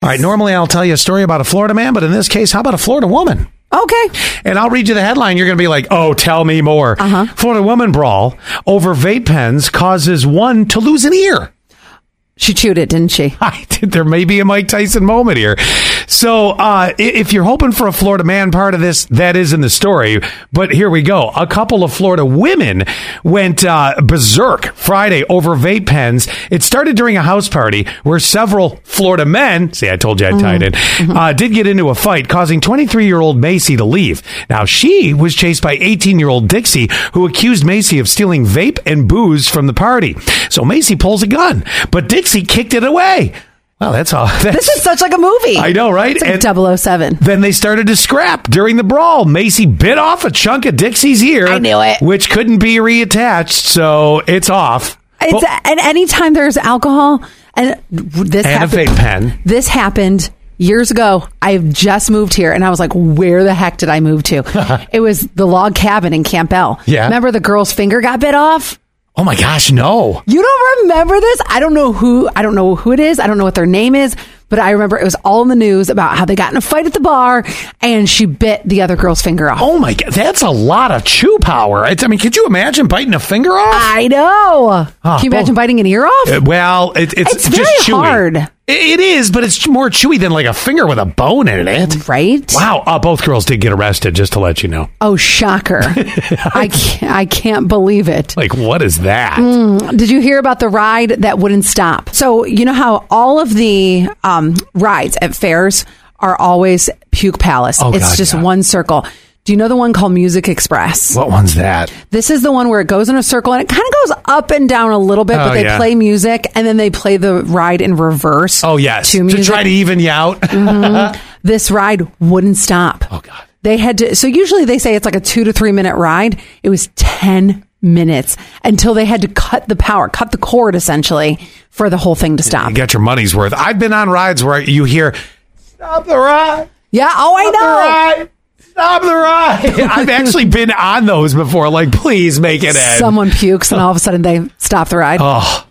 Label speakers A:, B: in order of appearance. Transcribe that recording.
A: All right, normally I'll tell you a story about a Florida man, but in this case, how about a Florida woman?
B: Okay.
A: And I'll read you the headline. You're going to be like, oh, tell me more. Uh-huh. Florida woman brawl over vape pens causes one to lose an ear.
B: She chewed it, didn't she?
A: I did. There may be a Mike Tyson moment here. So, uh, i- if you're hoping for a Florida man part of this, that is in the story. But here we go. A couple of Florida women went uh, berserk Friday over vape pens. It started during a house party where several Florida men, see, I told you
B: Mm-hmm.
A: I tied it, uh, did get into a fight, causing 23 year old Macy to leave. Now, she was chased by 18 year old Dixie, who accused Macy of stealing vape and booze from the party. So, Macy pulls a gun, but Dixie kicked it away. Wow, that's all. That's,
B: This is such like a movie.
A: I know, right?
B: It's
A: And-
B: like 007.
A: then they started to scrap during the brawl. Macy bit off a chunk of Dixie's ear.
B: I knew it.
A: Which couldn't be reattached, so it's off.
B: It's,
A: Oh,
B: and anytime there's alcohol, and this
A: and a
B: happened,
A: vape pen.
B: this happened years ago. I've just moved here, and I was like, "Where the heck did I move to?" it was the log cabin in Campbell.
A: Yeah.
B: Remember the girl's finger got bit off?
A: Oh my gosh, no.
B: You don't remember this? I don't know who. I don't know who it is. I don't know what their name is. But I remember it was all in the news about how they got in a fight at the bar, and she bit the other girl's finger off.
A: Oh my god, that's a lot of chew power. It's, I mean, could you imagine biting a finger off?
B: I know.
A: Ah,
B: Can you imagine
A: both-
B: biting an ear off?
A: Uh, well, it, it's,
B: It's
A: just
B: very
A: chewy.
B: hard.
A: I- It is, but it's more chewy than like a finger with a bone in it.
B: right?
A: Wow, uh, both girls did get arrested, just to let you know.
B: Oh, shocker! I can't, I can't believe it.
A: Like, what is that?
B: Hmm. Did you hear about the ride that wouldn't stop? So you know how all of the um, rides at fairs are always puke palace.
A: Oh,
B: it's
A: God,
B: just
A: yeah.
B: one circle. Do you know the one called Music Express?
A: What one's that?
B: This is the one where it goes in a circle and it kind of goes up and down a little bit,
A: Oh,
B: but they
A: yeah.
B: play music and then they play the ride in reverse.
A: Oh, yes.
B: to
A: To,
B: music. Mm.
A: try to even you out.
B: this ride wouldn't stop.
A: Oh, God.
B: They had to, so usually they say it's like a two to three minute ride. It was 10 minutes until they had to cut the power, cut the cord essentially for the whole thing to stop.
A: You get your money's worth. I've been on rides where you hear, stop the ride,
B: Yeah. Oh, I
A: stop the
B: know.
A: ride, stop the ride. I've actually been on those before. Like, please make it end.
B: Someone pukes and all of a sudden they stop the ride.
A: oh,